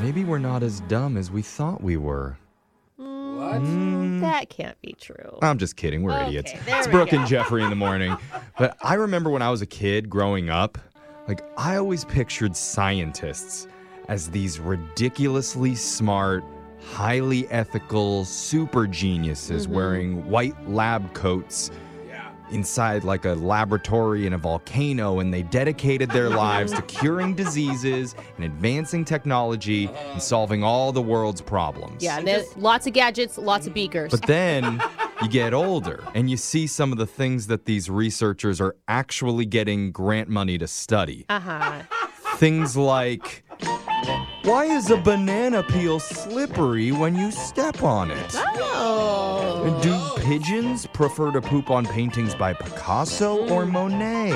Maybe we're not as dumb as we thought we were. Mm, That can't be true. I'm just kidding. We're idiots. there It's we Brooke go. and Jeffrey in the morning. But I remember when I was a kid growing up, like I always pictured scientists as these ridiculously smart, highly ethical super geniuses Mm-hmm. wearing white lab coats inside like a laboratory in a volcano and they dedicated their lives to curing diseases and advancing technology and solving all the world's problems. yeah, and Mm. there's lots of gadgets, lots of beakers. But then you get older and you see some of the things that these researchers are actually getting grant money to study. Uh huh. Things like why is a banana peel slippery when you step on it? Oh. Do pigeons prefer to poop on paintings by Picasso or Monet?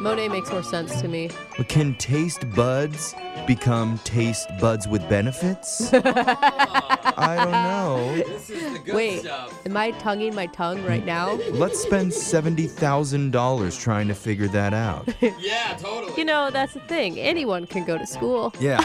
Monet makes more sense to me. Can taste buds become taste buds with benefits? I don't know. This is the good Wait, stuff. am I tonguing my tongue right now? Let's spend $70,000 trying to figure that out. Yeah, totally. you know, that's the thing. Anyone can go to school. Yeah.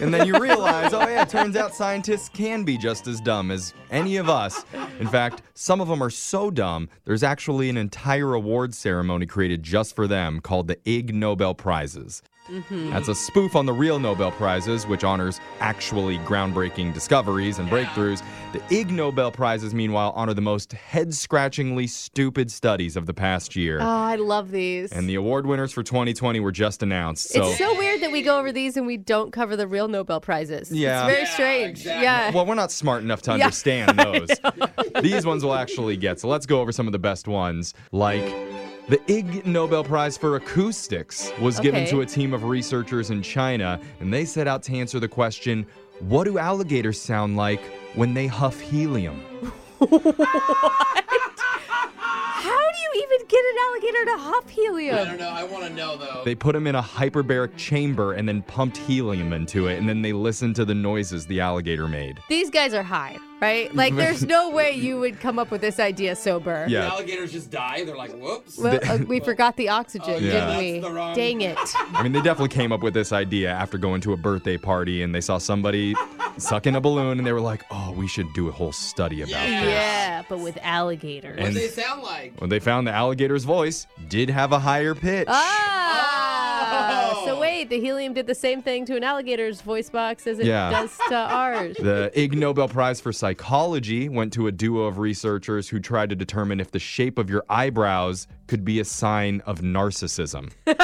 And then you realize, oh, yeah, it turns out scientists can be just as dumb as any of us. In fact, some of them are so dumb, there's actually an entire award ceremony created just for them called the Ig Nobel Prizes. That's a spoof on the real Nobel Prizes, which honors actually groundbreaking discoveries and breakthroughs. The Ig Nobel Prizes, meanwhile, honor the most head scratchingly stupid studies of the past year. Oh, I love these. and the award winners for 2020 were just announced. So, it's so weird that we go over these and we don't cover the real Nobel Prizes. Yeah. It's very Yeah, strange. exactly. Yeah. Well, we're not smart enough to Yeah. understand those. These ones we'll actually get. So let's go over some of the best ones, like the Ig Nobel Prize for Acoustics was given Okay. to a team of researchers in China, and they set out to answer the question what do alligators sound like when they huff helium? How do you even get an alligator to hop I helium? don't know. I want to know though. They put them in a hyperbaric chamber and then pumped helium into it, and then they listened to the noises the alligator made. These guys are high, right? Like, there's no way you would come up with this idea sober. Yeah. The alligators just die. They're like, whoops. Well, uh, we forgot the oxygen, Oh, yeah. didn't That's we? the wrong- Dang it. I mean, they definitely came up with this idea after going to a birthday party and they saw somebody sucking a balloon and they were like, oh, we should do a whole study about Yeah. this. Yeah, but with alligators. what do and- they sound like? When they found the alligator's voice did have a higher pitch. Ah! Oh! So wait, the helium did the same thing to an alligator's voice box as it Yeah. does to ours. The Ig Nobel Prize for Psychology went to a duo of researchers who tried to determine if the shape of your eyebrows could be a sign of narcissism. Whoa.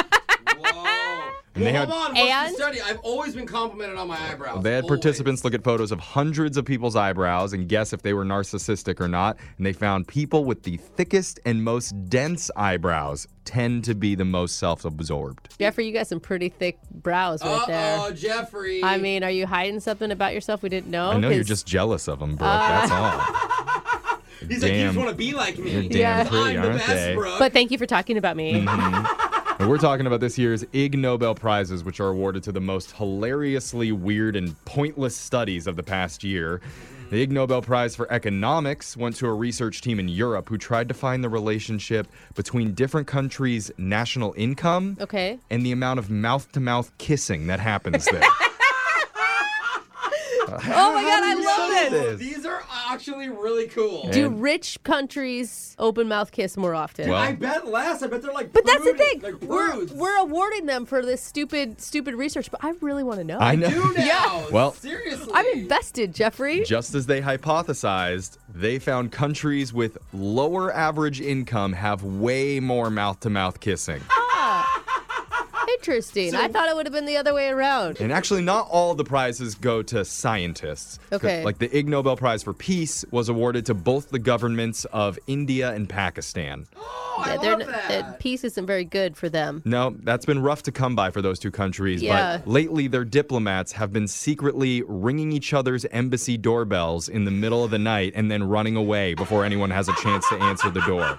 And they well, had- hold on. What's And- the study? I've always been complimented on my eyebrows. They had Always. participants look at photos of hundreds of people's eyebrows and guess if they were narcissistic or not. And they found people with the thickest and most dense eyebrows tend to be the most self absorbed. Jeffrey, you got some pretty thick brows right Uh-oh, there. Jeffrey. I mean, are you hiding something about yourself we didn't know? I know you're 'Cause- just jealous of them, Brooke. Uh, That's all. he's like, you damn, just want to be like me. damn Yeah. pretty, I'm the aren't best, they? bro. But thank you for talking about me. Mm-hmm. And we're talking about this year's Ig Nobel Prizes, which are awarded to the most hilariously weird and pointless studies of the past year. The Ig Nobel Prize for Economics went to a research team in Europe who tried to find the relationship between different countries' national income Okay. and the amount of mouth to mouth kissing that happens there. Oh my god, I love this. love this. These are actually really cool. Do And- rich countries open mouth kiss more often? Well- I bet less. I bet they're like. but that's the thing. prudes, Like we're, prudes. we're awarding them for this stupid, stupid research, but I really want to know. I Do know. now. Well- seriously. I'm invested, Jeffrey. Just as they hypothesized, they found countries with lower average income have way more mouth to mouth kissing. Interesting. I thought it would have been the other way around. And actually, not all the prizes go to scientists. Okay. Like the Ig Nobel Prize for Peace was awarded to both the governments of India and Pakistan. Oh, I Yeah, they're love n- that. that peace isn't very good for them. No, that's been rough to come by for those two countries. Yeah. But lately, their diplomats have been secretly ringing each other's embassy doorbells in the middle of the night and then running away before anyone has a chance to answer the door.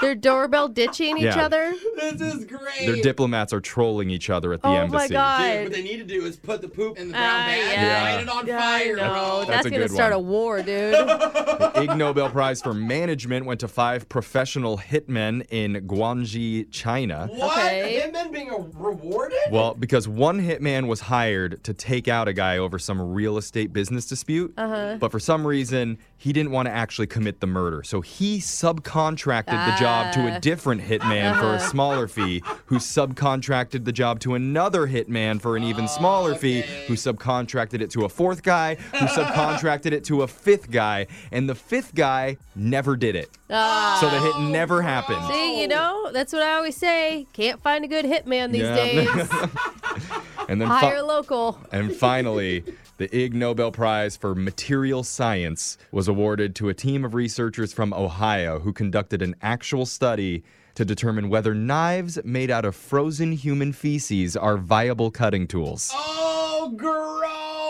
They're doorbell ditching each Yeah. other. This is great. Their diplomats are trolling each other at the Oh my embassy. God. Dude, what they need to do is put the poop in the brown Ah, bag yeah. and light it on Yeah, I fire. know. bro. That's That's a gonna good start one. a war, dude. The Ig Nobel Prize for Management went to five professional hitmen in Guangxi, China. What? Okay. Him then being a- rewarded? Well, because one hitman was hired to take out a guy over some real estate business dispute, Uh-huh. but for some reason he didn't want to actually commit the murder, so he subcontracted the job to Ah. Uh-huh. a different hitman for a smaller fee, who subcontracted the job to another hitman for an even Oh, smaller fee, who subcontracted it to a fourth guy, who subcontracted it to a fifth guy, and the fifth guy never did it, Ah. so the hit never happened. See, you know, that's what I always say. Can't find a good hitman these Yeah. days. And then fi- Hire local. And finally, the Ig Nobel Prize for Material Science was awarded to a team of researchers from Ohio who conducted an actual study to determine whether knives made out of frozen human feces are viable cutting tools. Oh, gross.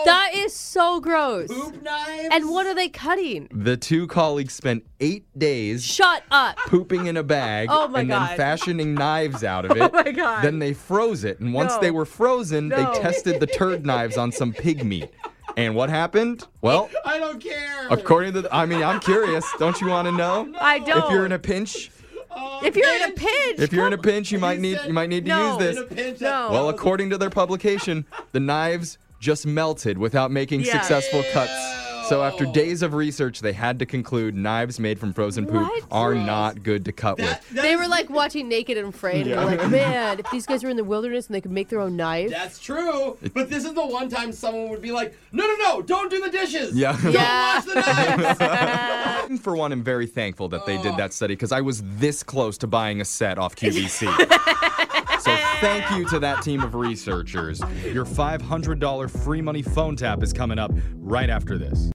That is so gross. Poop knives? And what are they cutting? The two colleagues spent eight days Shut up. pooping in a bag Oh my and God. Oh then fashioning knives out of it. my God. Then they froze it. And once No. they were frozen, No. they tested the turd knives on some pig meat. And what happened? Well, I don't care. According to, the, I mean, I'm curious. Don't you want to know? I don't. If you're in a pinch, Oh, If you're in a bitch. pinch. if you're in a come- pinch, you might need said- you might need to No. use In a this. pinch, No. Well, according to their publication, the knives just melted without making Yeah. successful cuts. So after Ew. days of research, they had to conclude knives made from frozen poop What? are Gross. not good to cut that, with. that They is- were like watching Naked and Afraid, and they're Yeah. like, man, if these guys were in the wilderness and they could make their own knives. That's true. But this is the one time someone would be like, no, no, no, don't do the dishes. Yeah. Don't Yeah. wash the knives. For one, I'm very thankful that they did that study because I was this close to buying a set off QVC. so thank you to that team of researchers. Your $500 free money phone tap is coming up right after this.